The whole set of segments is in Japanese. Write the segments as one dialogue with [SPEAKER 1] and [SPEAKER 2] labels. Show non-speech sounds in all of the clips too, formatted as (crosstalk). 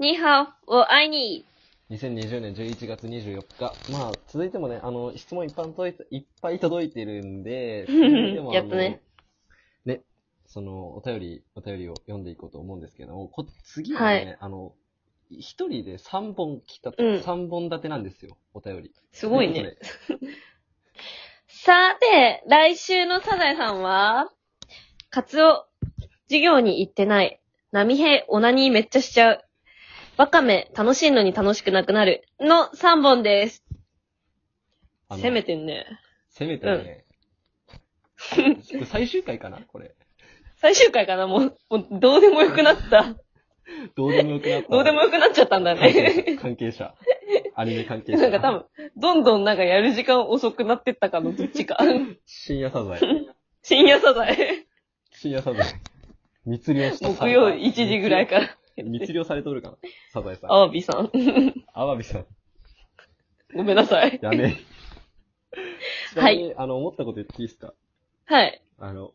[SPEAKER 1] ニーハオ、を会いに。
[SPEAKER 2] 2020年11月24日。まあ、続いてもね、あの、質問いっぱい届いて、いっぱい届いてる
[SPEAKER 1] (laughs)
[SPEAKER 2] んで、でも
[SPEAKER 1] やっとね。
[SPEAKER 2] あのね、その、お便り、お便りを読んでいこうと思うんですけども、こ次はね、
[SPEAKER 1] は
[SPEAKER 2] あの、一人で3本来た、
[SPEAKER 1] うん
[SPEAKER 2] 三3本立てなんですよ、お便り。
[SPEAKER 1] すごい
[SPEAKER 2] それ
[SPEAKER 1] ね
[SPEAKER 2] ぞ。
[SPEAKER 1] さて、来週のサザエさんは、カツオ、授業に行ってない。波平、オナニーめっちゃしちゃう。ワカメ、楽しいのに楽しくなくなる。の3本です。
[SPEAKER 2] あの
[SPEAKER 1] 攻めてんね。
[SPEAKER 2] せめてね、最終回かなこれ。
[SPEAKER 1] 最終回かなもう、もうどうでもよくな (laughs) った。
[SPEAKER 2] どうでもよくなった。
[SPEAKER 1] どうでもよくなっちゃったんだね。
[SPEAKER 2] 関係者。アニメ関係
[SPEAKER 1] (laughs) な
[SPEAKER 2] 者。
[SPEAKER 1] んか多分、どんどんなんかやる時間遅くなってったかのどっちか。 (laughs)
[SPEAKER 2] 深夜サザエ。
[SPEAKER 1] 深夜サザ (laughs) エ。
[SPEAKER 2] 深夜サザエ。
[SPEAKER 1] (laughs)
[SPEAKER 2] 密漁した
[SPEAKER 1] 木曜1時ぐらい
[SPEAKER 2] か。
[SPEAKER 1] から。
[SPEAKER 2] 密漁されとるかなサザエさん。
[SPEAKER 1] アワビさん。
[SPEAKER 2] アワビさん。
[SPEAKER 1] ごめんなさい。(laughs)
[SPEAKER 2] やめ。
[SPEAKER 1] はい
[SPEAKER 2] ちなみに。あの、思ったこと言っていいですか
[SPEAKER 1] はい。
[SPEAKER 2] あの、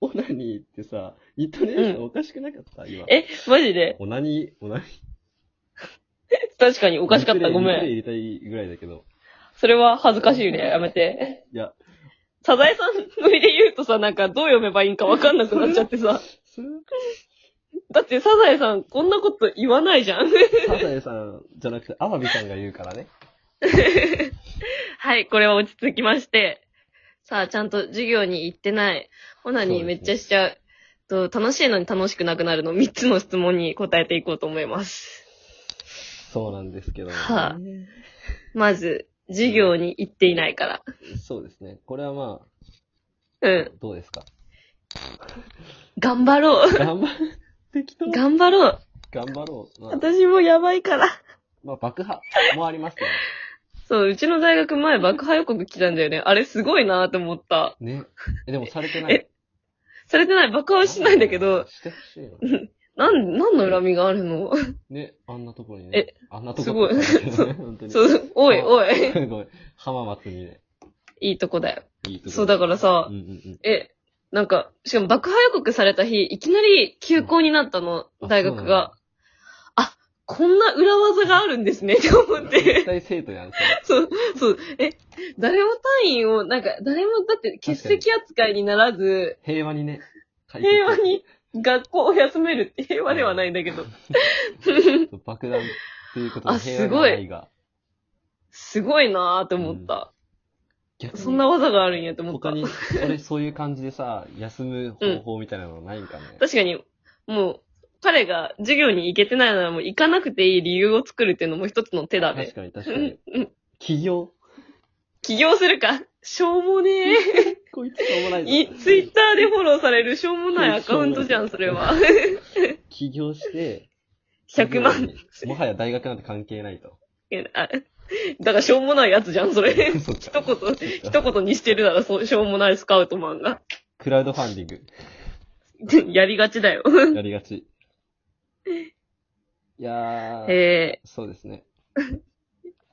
[SPEAKER 2] オナニーってさ、イントネーションおかしくなかった、今。
[SPEAKER 1] え、マジで
[SPEAKER 2] オナニー、オナニー。
[SPEAKER 1] 確かにお
[SPEAKER 2] お
[SPEAKER 1] かしかった。ごめ
[SPEAKER 2] 入
[SPEAKER 1] ん。
[SPEAKER 2] れたいぐらいだけど。
[SPEAKER 1] それは恥ずかしいね。やめて。
[SPEAKER 2] いや、
[SPEAKER 1] サザエさんのりで言うとさ、なんかどう読めばいいんかわかんなくなっちゃって (laughs) さ。
[SPEAKER 2] それは
[SPEAKER 1] だってサザエさんこんなこと言わないじゃん。
[SPEAKER 2] サザエさんじゃなくて、アワビさんが言うからね。
[SPEAKER 1] (laughs) はい、これは落ち着きまして。さあ、ちゃんと授業に行ってない。オナニーめっちゃしちゃう。と楽しいのに楽しくなくなるの3つの質問に答えていこうと思います。
[SPEAKER 2] そうなんですけど、ね。
[SPEAKER 1] はまず、授業に行っていないから。
[SPEAKER 2] そうですね。これはま
[SPEAKER 1] う
[SPEAKER 2] あ
[SPEAKER 1] ん。、
[SPEAKER 2] どうですか
[SPEAKER 1] 頑張ろう。
[SPEAKER 2] 頑張る。適当。
[SPEAKER 1] 頑張ろう。
[SPEAKER 2] 頑張ろう。まあ、
[SPEAKER 1] 私もやばいから。
[SPEAKER 2] まあ、爆破もありますよ
[SPEAKER 1] (laughs) そう、うちの大学前爆破予告来たんだよね。あれすごいなと思った。
[SPEAKER 2] ね。ね。え、でもされてない。
[SPEAKER 1] されてない、爆破はしないんだけど、
[SPEAKER 2] してほしいの。
[SPEAKER 1] なん、何の恨みがあるの
[SPEAKER 2] ね、あんなとこにね。
[SPEAKER 1] え、
[SPEAKER 2] あんなとこに。
[SPEAKER 1] すごい
[SPEAKER 2] そう、本当に。
[SPEAKER 1] そう、おいおい。
[SPEAKER 2] す (laughs) ごい。浜松にね、
[SPEAKER 1] いいとこだよ。
[SPEAKER 2] いいとこ。
[SPEAKER 1] そう、だからさ
[SPEAKER 2] うん、うんうん。
[SPEAKER 1] え、なんか、しかも爆破予告された日、いきなり休校になったの、
[SPEAKER 2] うんあ
[SPEAKER 1] 大学が。あ、こんな裏技があるんですね、って思っ
[SPEAKER 2] 絶
[SPEAKER 1] て。 (laughs)
[SPEAKER 2] 対生徒やん、そ
[SPEAKER 1] そう、そう、え、誰も単位を、なんか、誰もだって欠席扱いにならず、
[SPEAKER 2] れ平和にね。書いて
[SPEAKER 1] 平和。に学校を休めるって平和ではないんだけど。
[SPEAKER 2] そう爆弾っていうこと
[SPEAKER 1] あ
[SPEAKER 2] の平和
[SPEAKER 1] すごい
[SPEAKER 2] の愛が。
[SPEAKER 1] すごいなーって思った。
[SPEAKER 2] 逆に
[SPEAKER 1] そんな技があるんやって思った。
[SPEAKER 2] 他に、それ、そういう感じでさ、休む方法みたいなのないんか
[SPEAKER 1] (laughs)
[SPEAKER 2] ね。
[SPEAKER 1] 確かに、もう、彼が授業に行けてないならもう行かなくていい理由を作るっていうのも一つの手だね
[SPEAKER 2] 確。かに、確かに。
[SPEAKER 1] うん。
[SPEAKER 2] 起業
[SPEAKER 1] 起業するか。しょうもねえ。
[SPEAKER 2] こいつしょうもないぞ
[SPEAKER 1] いツイッターでフォローされるしょうもないアカウントじゃん、それは。
[SPEAKER 2] 起業して、
[SPEAKER 1] 100万。
[SPEAKER 2] もはや大学なんて関係ない
[SPEAKER 1] (laughs)
[SPEAKER 2] と。
[SPEAKER 1] あだからしょうもないやつじゃん、それ。
[SPEAKER 2] そっか
[SPEAKER 1] 一言、一言にしてるならそう、しょうもないスカウトマンが。 (laughs)
[SPEAKER 2] クラウドファンディン
[SPEAKER 1] やりがちだよ。
[SPEAKER 2] グ、やりがち。いやー、
[SPEAKER 1] え
[SPEAKER 2] そうですね。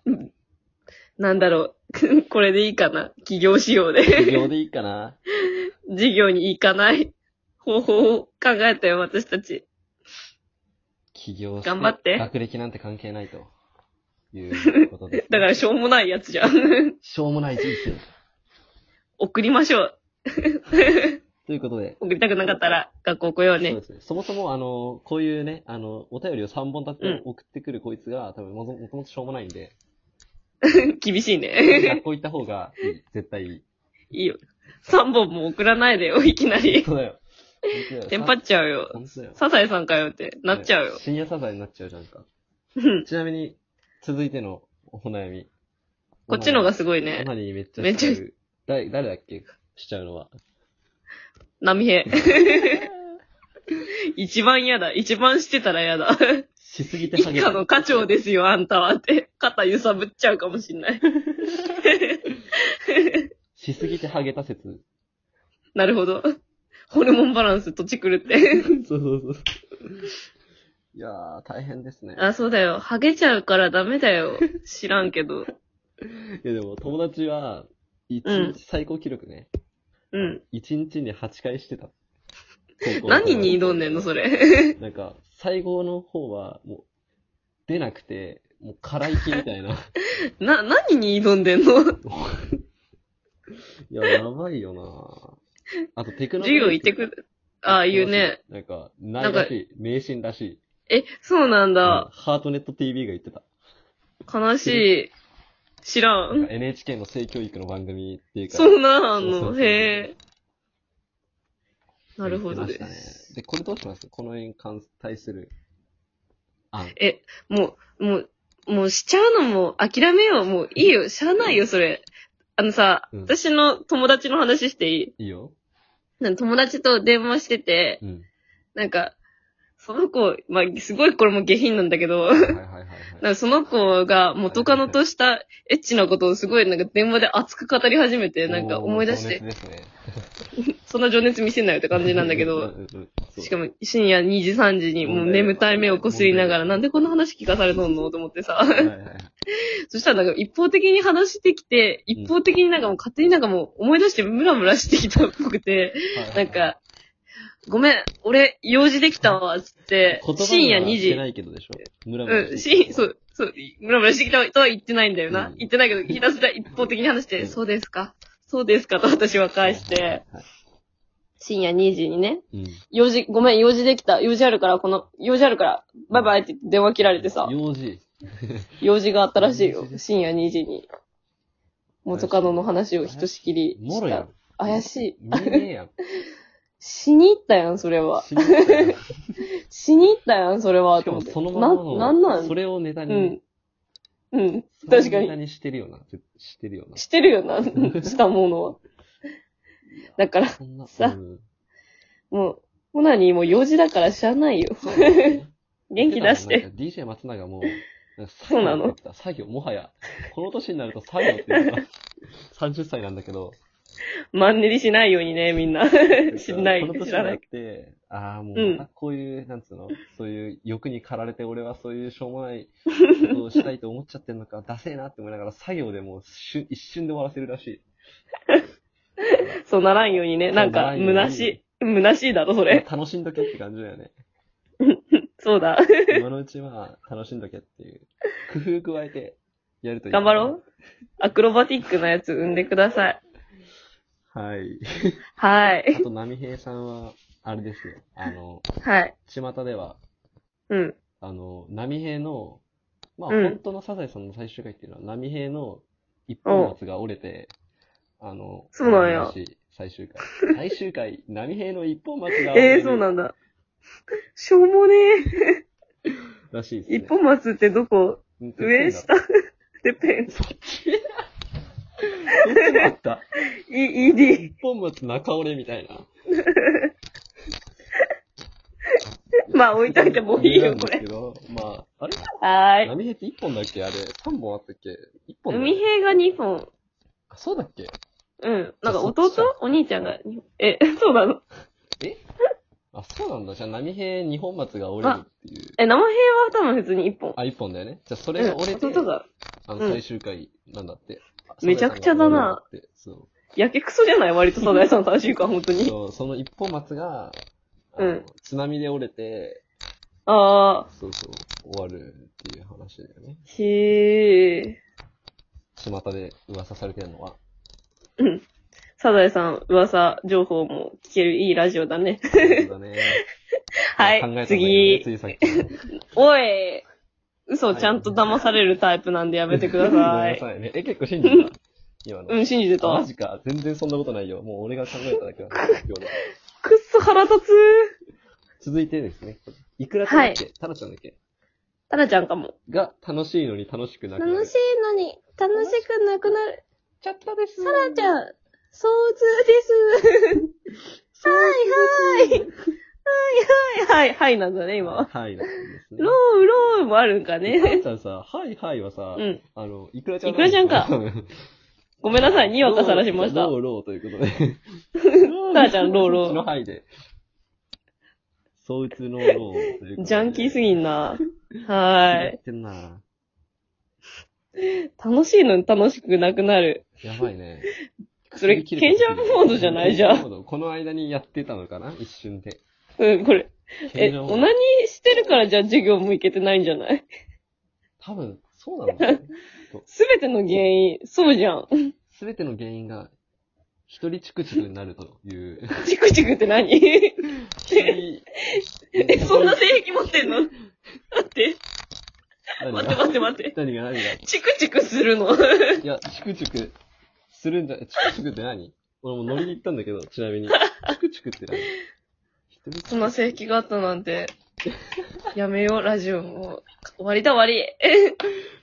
[SPEAKER 1] ー、なんだろう。 (laughs) これでいいかな。起業仕様で。
[SPEAKER 2] 起業でいいかな。
[SPEAKER 1] 授業に行かない方法を考えたよ、私たち。
[SPEAKER 2] 起業して、
[SPEAKER 1] 頑張って
[SPEAKER 2] 学歴なんて関係ないと。いうことです、
[SPEAKER 1] (laughs) だからしょうもないやつじゃん。 (laughs)
[SPEAKER 2] しょうもない人生。
[SPEAKER 1] 送りましょう。
[SPEAKER 2] ということで、
[SPEAKER 1] 送りたくなかったら学校来よう
[SPEAKER 2] そう
[SPEAKER 1] ね (laughs)
[SPEAKER 2] で。すね。そもそも、あの、こういうね、あの、お便りを3本立
[SPEAKER 1] うん
[SPEAKER 2] て送ってくるこいつが、多分もともともとしょうもないん
[SPEAKER 1] (laughs)
[SPEAKER 2] で、
[SPEAKER 1] 厳しいね。 (laughs)
[SPEAKER 2] 学校行った方がいい。絶対いい。
[SPEAKER 1] いいよ。3本も送らないでよ、いきなり。
[SPEAKER 2] そうだよ。本当だ
[SPEAKER 1] (laughs)
[SPEAKER 2] よ
[SPEAKER 1] テンパっちゃうよ。
[SPEAKER 2] 本当だよ。
[SPEAKER 1] サザエさんかよってなっちゃうよ。
[SPEAKER 2] 深夜サザエになっちゃうじゃんか。
[SPEAKER 1] うん
[SPEAKER 2] ちなみに、続いてのお悩み。
[SPEAKER 1] こっちの方がすごい
[SPEAKER 2] お
[SPEAKER 1] ね。
[SPEAKER 2] 悩みめっち
[SPEAKER 1] め
[SPEAKER 2] ゃ
[SPEAKER 1] っ
[SPEAKER 2] し
[SPEAKER 1] ち
[SPEAKER 2] ち
[SPEAKER 1] ゃ
[SPEAKER 2] ゃう。誰、誰だっけしちゃうのは。
[SPEAKER 1] 波平。 (laughs) 一番嫌だ。一番してたら嫌だ。
[SPEAKER 2] しすぎて
[SPEAKER 1] 以
[SPEAKER 2] ハゲ
[SPEAKER 1] 下
[SPEAKER 2] る。
[SPEAKER 1] の課長ですよ、あんたはって。肩揺さぶっちゃうかもしんない。
[SPEAKER 2] しすぎてハゲた説。
[SPEAKER 1] なるほど。ホルモンバランス、土地狂って。
[SPEAKER 2] そうそうそう。いやー、大変ですね。
[SPEAKER 1] あ、そうだよ。ハゲちゃうからダメだよ。知らんけど。
[SPEAKER 2] いやでも、友達は、一
[SPEAKER 1] うん
[SPEAKER 2] 日最高記録ね。
[SPEAKER 1] うん。
[SPEAKER 2] 一日に8回してた。高校の頃
[SPEAKER 1] 何に挑んでんの、それ。 (laughs)
[SPEAKER 2] なんか、最後の方は、もう、出なくて、もう、空行きみたいな。
[SPEAKER 1] な、何に挑んでんの
[SPEAKER 2] いや、やばいよなあと、テクノ
[SPEAKER 1] 授業行ってくる。ああ、言うね。。
[SPEAKER 2] なんか、ないらしい。迷信らしい。
[SPEAKER 1] え、そうなん
[SPEAKER 2] うん
[SPEAKER 1] だ。
[SPEAKER 2] ハートネット TV が言ってた。
[SPEAKER 1] 悲しい。知ら
[SPEAKER 2] なん
[SPEAKER 1] ん。
[SPEAKER 2] か NHK の性教育の番組っていうか。
[SPEAKER 1] そうなん
[SPEAKER 2] そうそう
[SPEAKER 1] の。
[SPEAKER 2] そう
[SPEAKER 1] へえ。なるほど
[SPEAKER 2] 言っ
[SPEAKER 1] で
[SPEAKER 2] てました
[SPEAKER 1] す。
[SPEAKER 2] ね。で、これどうしますこの絵に関対する。あ、
[SPEAKER 1] え、もう、もう、もうしちゃうのも諦めよう。もういいよ。しゃあないよ、それ。あのさ、
[SPEAKER 2] うん
[SPEAKER 1] 私の友達の話していい
[SPEAKER 2] いいよ。
[SPEAKER 1] なんか友達と電話してて、
[SPEAKER 2] うん。
[SPEAKER 1] なんか、その子、まあ、すごいこれも下品なんだけど、 (laughs)
[SPEAKER 2] はいはいはいはい。
[SPEAKER 1] なんかその子が元カノとしたエッチなことをすごいなんか電話で熱く語り始めて、なんか思い出し
[SPEAKER 2] お
[SPEAKER 1] て、
[SPEAKER 2] ー情熱ですね。
[SPEAKER 1] そんな情熱見せんなよって感じなんだけ
[SPEAKER 2] う (laughs)
[SPEAKER 1] ど、
[SPEAKER 2] んうんうんそう
[SPEAKER 1] しかも深夜2時3時にもう眠たい目をこすりながら、なんでこんな話聞かされとんのと思ってさ
[SPEAKER 2] は、いはいはい
[SPEAKER 1] (laughs) そしたらなんか一方的に話してきて、一方的になんかもう勝手になんかもう思い出してムラムラしてきたっぽくて、
[SPEAKER 2] はいはい
[SPEAKER 1] なんか、ごめん、俺、用事できたわ、つって
[SPEAKER 2] 言葉に、は
[SPEAKER 1] 深夜2
[SPEAKER 2] して
[SPEAKER 1] 時
[SPEAKER 2] な。いけどでしょ。村。
[SPEAKER 1] うん、し、そうう、そう、ムラムラしてきたとは言ってないんだよな。
[SPEAKER 2] うん
[SPEAKER 1] 言ってないけど、ひたすら一方的に話して、
[SPEAKER 2] うん
[SPEAKER 1] そうですか、そうですかと私は返して、
[SPEAKER 2] はい。
[SPEAKER 1] 深夜2時にね、
[SPEAKER 2] うん
[SPEAKER 1] 用事、ごめん、用事できた、用事あるから、この、用事あるから、バイバイって電話切られてさ、
[SPEAKER 2] 用事。
[SPEAKER 1] 用事があったらしいよ
[SPEAKER 2] 用事で。
[SPEAKER 1] 深夜2時に。元カノの話をひとしきり
[SPEAKER 2] も
[SPEAKER 1] し
[SPEAKER 2] ろ
[SPEAKER 1] た
[SPEAKER 2] や。
[SPEAKER 1] 怪しい。
[SPEAKER 2] ん。見えねえ (laughs) やん。
[SPEAKER 1] 死に行ったやん、それは。
[SPEAKER 2] 死ぬやん (laughs)
[SPEAKER 1] 死に行ったやん、それは。
[SPEAKER 2] しかもそのままの、
[SPEAKER 1] な、なんなん
[SPEAKER 2] それをネタ
[SPEAKER 1] う
[SPEAKER 2] に、
[SPEAKER 1] ん。うん。
[SPEAKER 2] それを
[SPEAKER 1] 確か
[SPEAKER 2] ネ
[SPEAKER 1] に
[SPEAKER 2] タ。にしてるよな。絶してるよな。
[SPEAKER 1] してるよ (laughs) な、したものは。だから、
[SPEAKER 2] そんな。
[SPEAKER 1] さ
[SPEAKER 2] (laughs) うん
[SPEAKER 1] もう、オナニーも用事だからしゃあないよ。
[SPEAKER 2] そうだね
[SPEAKER 1] 元気出して。
[SPEAKER 2] なんか DJ 松永も、なんか
[SPEAKER 1] そうなの
[SPEAKER 2] 作業って言ってた作業、もはや。この年になると作業って言 (laughs) ってた。30歳なんだけ (laughs) ど。
[SPEAKER 1] マンネリしないようにね、みんな。しな
[SPEAKER 2] この
[SPEAKER 1] い、
[SPEAKER 2] 年
[SPEAKER 1] 知
[SPEAKER 2] に
[SPEAKER 1] ら
[SPEAKER 2] な
[SPEAKER 1] な
[SPEAKER 2] っ
[SPEAKER 1] い。
[SPEAKER 2] て、ああ、も
[SPEAKER 1] う
[SPEAKER 2] うんまたこういう、なんつうの、そういう欲に駆られて俺はそういうしょうも (laughs) ないことをしたいと思っちゃってんのか、ダセえなって思いながら作業でもう瞬一瞬で終わらせるらしい。
[SPEAKER 1] そうならんようにね。なん
[SPEAKER 2] そうな
[SPEAKER 1] か、
[SPEAKER 2] らんように
[SPEAKER 1] 虚しい。虚しいだろ、それ。
[SPEAKER 2] 楽しんどけって感じだ
[SPEAKER 1] (laughs)
[SPEAKER 2] よね。
[SPEAKER 1] そうだ。
[SPEAKER 2] 今のうちは楽しんどけっていう。工夫加えてやるといい、
[SPEAKER 1] 頑張ろう。アクロバティックなやつ産んでください。
[SPEAKER 2] うはい。
[SPEAKER 1] は
[SPEAKER 2] あ
[SPEAKER 1] い。
[SPEAKER 2] と、波平さんは、あれですよ。あの、
[SPEAKER 1] はい。
[SPEAKER 2] 巷では、
[SPEAKER 1] うん。
[SPEAKER 2] あの、波平の、まあ、
[SPEAKER 1] うん
[SPEAKER 2] 本当のサザエさんの最終回っていうのは、波平の一本松が折れて、あの、
[SPEAKER 1] そうなんや
[SPEAKER 2] 終わりらしい最
[SPEAKER 1] (laughs)
[SPEAKER 2] 終回。最終回、波平の一本松が折
[SPEAKER 1] え
[SPEAKER 2] れ
[SPEAKER 1] え
[SPEAKER 2] る
[SPEAKER 1] ー、そうなんだ。しょうもね
[SPEAKER 2] らしいです
[SPEAKER 1] え。
[SPEAKER 2] ね。
[SPEAKER 1] 一本松ってどこ
[SPEAKER 2] 本
[SPEAKER 1] 上下てっぺん
[SPEAKER 2] そっちそっちもあった。
[SPEAKER 1] ?E、ED。
[SPEAKER 2] 一本松中折れみたいな。
[SPEAKER 1] まあ置いといてもういいよ、こ
[SPEAKER 2] な
[SPEAKER 1] れ
[SPEAKER 2] ん (laughs) で。すけど。まあ、あれ
[SPEAKER 1] はーい。
[SPEAKER 2] 波平って一本だっけあれ、三本あったっけ一本だっけ
[SPEAKER 1] 海兵が2本。
[SPEAKER 2] あそうだっけ
[SPEAKER 1] うん。なんか
[SPEAKER 2] あそっち
[SPEAKER 1] 弟
[SPEAKER 2] か
[SPEAKER 1] お兄ちゃんが二本。え、 (laughs) そうなの
[SPEAKER 2] あ、そうなんだ。じゃあ、波平二本松が折れるっていう。
[SPEAKER 1] え、生兵は多分普通に1本。
[SPEAKER 2] あ、一本だよね。じゃあ、それ
[SPEAKER 1] うん、
[SPEAKER 2] が折れて、
[SPEAKER 1] 弟が。
[SPEAKER 2] あの、
[SPEAKER 1] うん
[SPEAKER 2] 最終回なんだって。
[SPEAKER 1] めちゃくちゃだな
[SPEAKER 2] サザエさんが折れるって。そ
[SPEAKER 1] やけくそじゃない割とサザエ
[SPEAKER 2] (laughs)
[SPEAKER 1] さん最終回、本当
[SPEAKER 2] う。
[SPEAKER 1] に。
[SPEAKER 2] そうその一本松が、あ
[SPEAKER 1] う
[SPEAKER 2] の
[SPEAKER 1] ん
[SPEAKER 2] 津波で折れて、
[SPEAKER 1] あ
[SPEAKER 2] そうそう、終わるっていう話だよね。
[SPEAKER 1] ー。へー。
[SPEAKER 2] 巷で噂されてるのは。
[SPEAKER 1] サザエさん噂情報も聞けるいいラジオだね。
[SPEAKER 2] そうだね。
[SPEAKER 1] (laughs) は
[SPEAKER 2] 考えた方が
[SPEAKER 1] い、
[SPEAKER 2] いい
[SPEAKER 1] 次。
[SPEAKER 2] ねつい
[SPEAKER 1] (laughs)
[SPEAKER 2] さっきの。
[SPEAKER 1] おい嘘
[SPEAKER 2] はい
[SPEAKER 1] ちゃんと騙されるタイプなんでやめてくだ
[SPEAKER 2] ごめん
[SPEAKER 1] さ。
[SPEAKER 2] ないさいね。え、結構信じてた今の。
[SPEAKER 1] うん、信じて
[SPEAKER 2] マ
[SPEAKER 1] た。
[SPEAKER 2] ジか。全然そんなことないよ。もう俺が考えただけな
[SPEAKER 1] (laughs)
[SPEAKER 2] んだ今日の
[SPEAKER 1] くっそ腹立つ
[SPEAKER 2] 続いてですね。いくらちゃんだっけ、タラちゃんだっけ
[SPEAKER 1] タラちゃんかも。
[SPEAKER 2] が楽しいのに楽しくなくなる。
[SPEAKER 1] のに楽しくなくなる。
[SPEAKER 2] ちゃったです。
[SPEAKER 1] サラちゃん、想像です。はいはい。はいはいはいはいなんだね、今は。
[SPEAKER 2] はい、なんですね。
[SPEAKER 1] ロー、ローもあるんか
[SPEAKER 2] タラ
[SPEAKER 1] ね。
[SPEAKER 2] ちゃんさ、はいはいはさ、
[SPEAKER 1] うん。
[SPEAKER 2] あの、いくらちゃん
[SPEAKER 1] いくらちゃんかごめんなさい、にわかさらしました。
[SPEAKER 2] ローローということで。
[SPEAKER 1] (laughs) タラちゃん、ロー、
[SPEAKER 2] うちの
[SPEAKER 1] ロ
[SPEAKER 2] はいで。そうつのローということ
[SPEAKER 1] ー。
[SPEAKER 2] で。
[SPEAKER 1] ジャンキーすぎんな。
[SPEAKER 2] や
[SPEAKER 1] は
[SPEAKER 2] ってんな。
[SPEAKER 1] ーい。楽しいのに楽しくなくなる。
[SPEAKER 2] やばいね。
[SPEAKER 1] それ、賢者モードじゃないじゃん。
[SPEAKER 2] ん。この間にやってたのかな一瞬で。
[SPEAKER 1] うん、これ。え、
[SPEAKER 2] 賢者モー
[SPEAKER 1] オ
[SPEAKER 2] ド
[SPEAKER 1] ナニーしてるからじゃあ授業も行けてないんじゃない
[SPEAKER 2] 多分、そうなんだよね。 (laughs)
[SPEAKER 1] すべての原因、そうじゃん。
[SPEAKER 2] すべての原因が、一人チクチクになるという。
[SPEAKER 1] チクチクって何
[SPEAKER 2] 一人
[SPEAKER 1] え、そんな性癖持ってんの待って、
[SPEAKER 2] 何
[SPEAKER 1] 待って
[SPEAKER 2] が
[SPEAKER 1] 待って待って。
[SPEAKER 2] 何が何が
[SPEAKER 1] チクチクするの
[SPEAKER 2] いや、チクチクするんじゃ、チクチクって何俺も乗りに行ったんだけど、ちなみ
[SPEAKER 1] (laughs)
[SPEAKER 2] に。チクチクって何一人チ
[SPEAKER 1] (laughs)
[SPEAKER 2] ク
[SPEAKER 1] そんな性癖があったなんて。やめよう、ラジオもう。終わりだ終わり。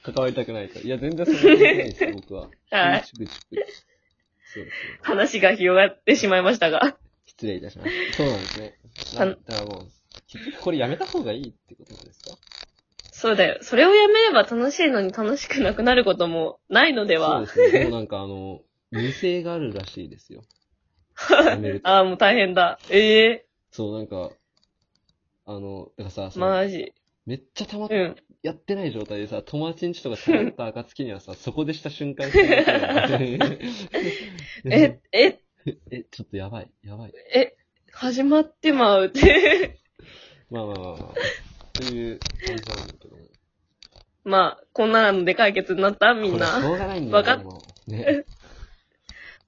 [SPEAKER 2] 関わりたくないから。いや、全然そんなことないですよ、僕は。
[SPEAKER 1] はい
[SPEAKER 2] チクチク。そうですね。
[SPEAKER 1] 話が広がってしまいましたが。
[SPEAKER 2] 失礼いたしました。そうなんですね。
[SPEAKER 1] あ
[SPEAKER 2] な
[SPEAKER 1] の
[SPEAKER 2] だからもう、結局これやめた方がいいってことなんですか
[SPEAKER 1] そうだよ。それをやめれば楽しいのに楽しくなくなることもないのでは。
[SPEAKER 2] そうですね。でもなんか
[SPEAKER 1] (laughs)
[SPEAKER 2] あの、二性があるらしいですよ。やめると。
[SPEAKER 1] ああ、もう大変だ。ええ
[SPEAKER 2] そう、なんか、あの、だからさ、その
[SPEAKER 1] マジ。
[SPEAKER 2] めっちゃたまっ
[SPEAKER 1] うん。
[SPEAKER 2] やってない状態でさ、友達んちとかたまった暁にはさ、そこでした瞬間しかやってない
[SPEAKER 1] え、え、
[SPEAKER 2] (laughs) え、ちょっとやばい、やばい。
[SPEAKER 1] え、始まってまうって。 (laughs)
[SPEAKER 2] まあまあまあまあ。という感じなんだけども。
[SPEAKER 1] まあ、こんなので解決になったみん
[SPEAKER 2] これし
[SPEAKER 1] な。
[SPEAKER 2] ょうがないんだよ。
[SPEAKER 1] わかっ
[SPEAKER 2] でも
[SPEAKER 1] (laughs)
[SPEAKER 2] ね。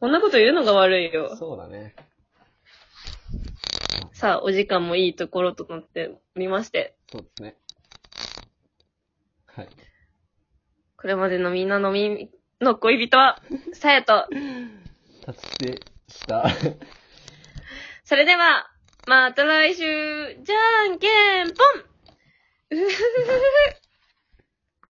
[SPEAKER 1] こんなこと言うのが悪いよ。
[SPEAKER 2] そうだね。
[SPEAKER 1] さあ、お時間もいいところとなっておりまして、
[SPEAKER 2] そうですね。はい。
[SPEAKER 1] これまでのみんなのみ、の恋人は、さやと。
[SPEAKER 2] 達成した。
[SPEAKER 1] それでは、また来週、じゃんけんぽんうふふふふ